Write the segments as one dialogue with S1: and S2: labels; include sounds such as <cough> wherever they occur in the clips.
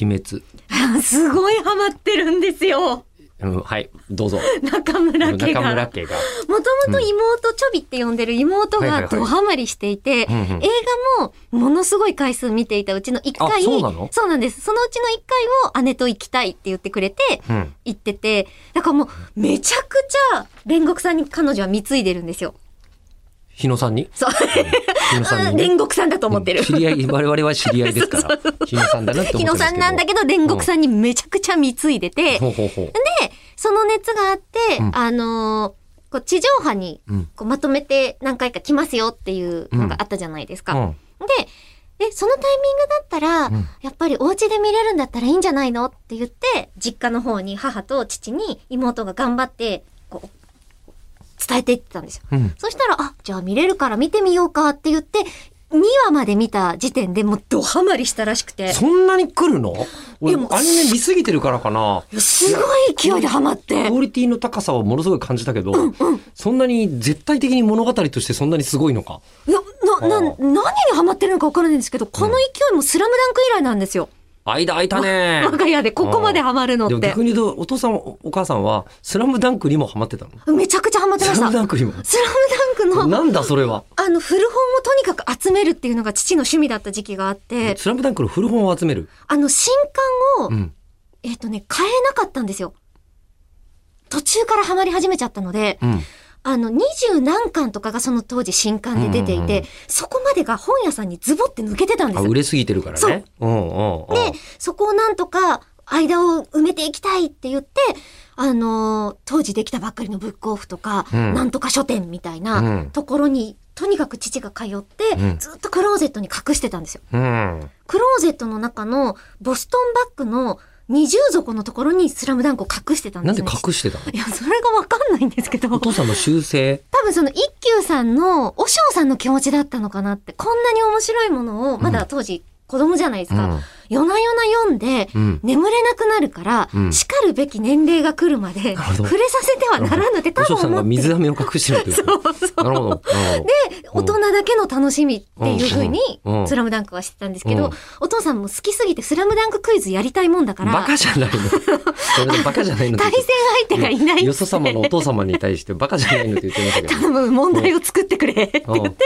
S1: 鬼滅。
S2: すごいハマってるんですよ。
S1: うん、はい、どうぞ。
S2: 中村家
S1: 中村
S2: が。
S1: 家が。
S2: もともと妹ちょびって呼んでる妹
S1: はいはい
S2: が
S1: はい
S2: ドハマりしていて、映
S1: うんうん
S2: 画もものすごい回数見ていたうちの1回、
S1: あそうなの
S2: そうなんです。そのうちの1回を姉と行きたいって言ってくれて、
S1: うん。
S2: 行ってて、だからもうめちゃくちゃ煉獄さんに彼女は貢いでるんですよ。
S1: 日野さんに
S2: そう。
S1: 日野さんに
S2: <laughs>
S1: ね、
S2: 煉獄さんだと思ってる。
S1: 知り合い、我々は知り合い
S2: <laughs>
S1: ですから。日野さんだなって思ってる
S2: 日
S1: んですけ
S2: 野
S1: ど。
S2: さんなんだけど煉獄さんにめちゃくちゃ貢いでて、
S1: ほうほうほう。
S2: で、その熱があって、
S1: うん
S2: あのーこう地上波に
S1: うん
S2: こうまとめて何回か来ますよっていうのがあったじゃないですか。
S1: うん。
S2: で、え、そのタイミングだったら、
S1: うん
S2: やっぱりお家で見れるんだったらいいんじゃないのって言って、実家の方に母と父に妹が頑張って、こう、伝えていってたんですよ。
S1: うん。
S2: そしたら、あ、じゃあ見れるから見てみようかって言って、2話まで見た時点でもうドハマりしたらしくて、
S1: そんなに来るの俺、
S2: でも
S1: アニメ見すぎてるからかな。
S2: すごい勢いでハマって
S1: ク。オリティの高さをものすごい感じたけど、そんなに絶対的に物語としてそんなにすごいのか。
S2: いや、な、な、
S1: あ
S2: 何
S1: ー
S2: にハマってるのか分からないんですけど、この勢いもスラムダンク以来なんですよ。
S1: 間空いたね。
S2: 我が家でここまでハマるの
S1: で
S2: っ
S1: も
S2: て
S1: 逆。に言うと、お父さん、お母さんは、スラムダンクにもハマってたの
S2: めちゃくちゃハマってま
S1: ス
S2: し
S1: ラ
S2: た。
S1: ム
S2: スラ
S1: ダ
S2: ム
S1: ンクにも。
S2: ダンクの、
S1: <laughs> なんだそれは。
S2: あの、古本をとにかく集めるっていうのが父の趣味だった時期があって、
S1: スラムダンクの古本を集める。
S2: あの、新刊を、
S1: うん。
S2: えっ、とね、買えなかったんですよ。途中からハマり始めちゃったので、
S1: うん。
S2: あの、二十何巻とかがその当時新刊で出ていて、
S1: うんうんうん
S2: そこまでが本屋さんにズボって抜けてたんで
S1: あ、
S2: すよ
S1: 売れすぎてるからね。うんうんうん。
S2: で、そこをなんとか間を埋めていきたいって言って、あのー当時できたばっかりのブックオフとか、
S1: うん
S2: なんとか書店みたいうなんところに、とにかく父が通って、
S1: うん
S2: ずっとクローゼットに隠してたんですよ。
S1: うん。
S2: クローゼットの中のボストンバッグの二重底のところにスラムダンクを隠してたん
S1: な
S2: で
S1: ん
S2: す
S1: で
S2: ね。
S1: 隠してたの
S2: いや、それがわかんないんです
S1: <laughs>
S2: けど、
S1: お
S2: 多
S1: 父さんの修正。
S2: 分その一休さんの、おしょうさんの気持ちだったのかなって、こんなに面白いものを、まだ当時子供じゃないですか、夜な夜な読んで、
S1: うん。
S2: 眠れなくなるから、
S1: うん
S2: しかるべき年齢が来るまで、
S1: るほど
S2: 触れさせてはならぬって多
S1: お嬢さん
S2: 分
S1: が
S2: 思って
S1: 水
S2: る。
S1: 飴を隠してるってこと
S2: そうそう
S1: なるほど。
S2: で、大人だけの楽しみっていうふうに
S1: うんう、ん
S2: スラムダンクはしてたんですけ
S1: う
S2: ど
S1: ん、
S2: お父さんも好きすぎてスラムダンククイズやりたいもんだか
S1: うん、バ
S2: ら、
S1: カ
S2: 対
S1: じゃないの。それでバカじゃないのって
S2: 戦相手がいないっ
S1: よ
S2: つ
S1: そ
S2: っ
S1: 様のお
S2: て、
S1: 父様に対してバカじゃないのって言ってましたけ
S2: 多分問題を作ってくれって
S1: ど。
S2: 言って、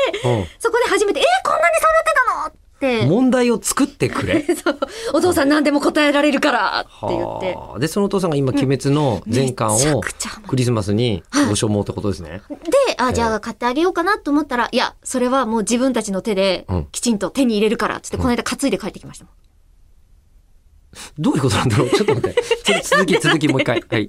S2: そこで初めて、えー、こんなに揃って
S1: う
S2: た
S1: ん
S2: のっ
S1: 問題を作ってくれ。
S2: て、 <laughs> そうお父さん何でも答えられるからって言って、
S1: はあで、そのお父さんが今、鬼滅の全巻
S2: めちゃ
S1: を
S2: くちゃハマって
S1: クリスマスにご所望ってことですね。
S2: で、あ、じゃあ買ってあげようかなと思ったら、いや、それはもう自分たちの手で
S1: うん
S2: きちんと手に入れるから、つってこの間担いで帰ってきましたもん。
S1: どういうことなんだろうちょっと待って。ちょっと続き、続きもう一回。はい。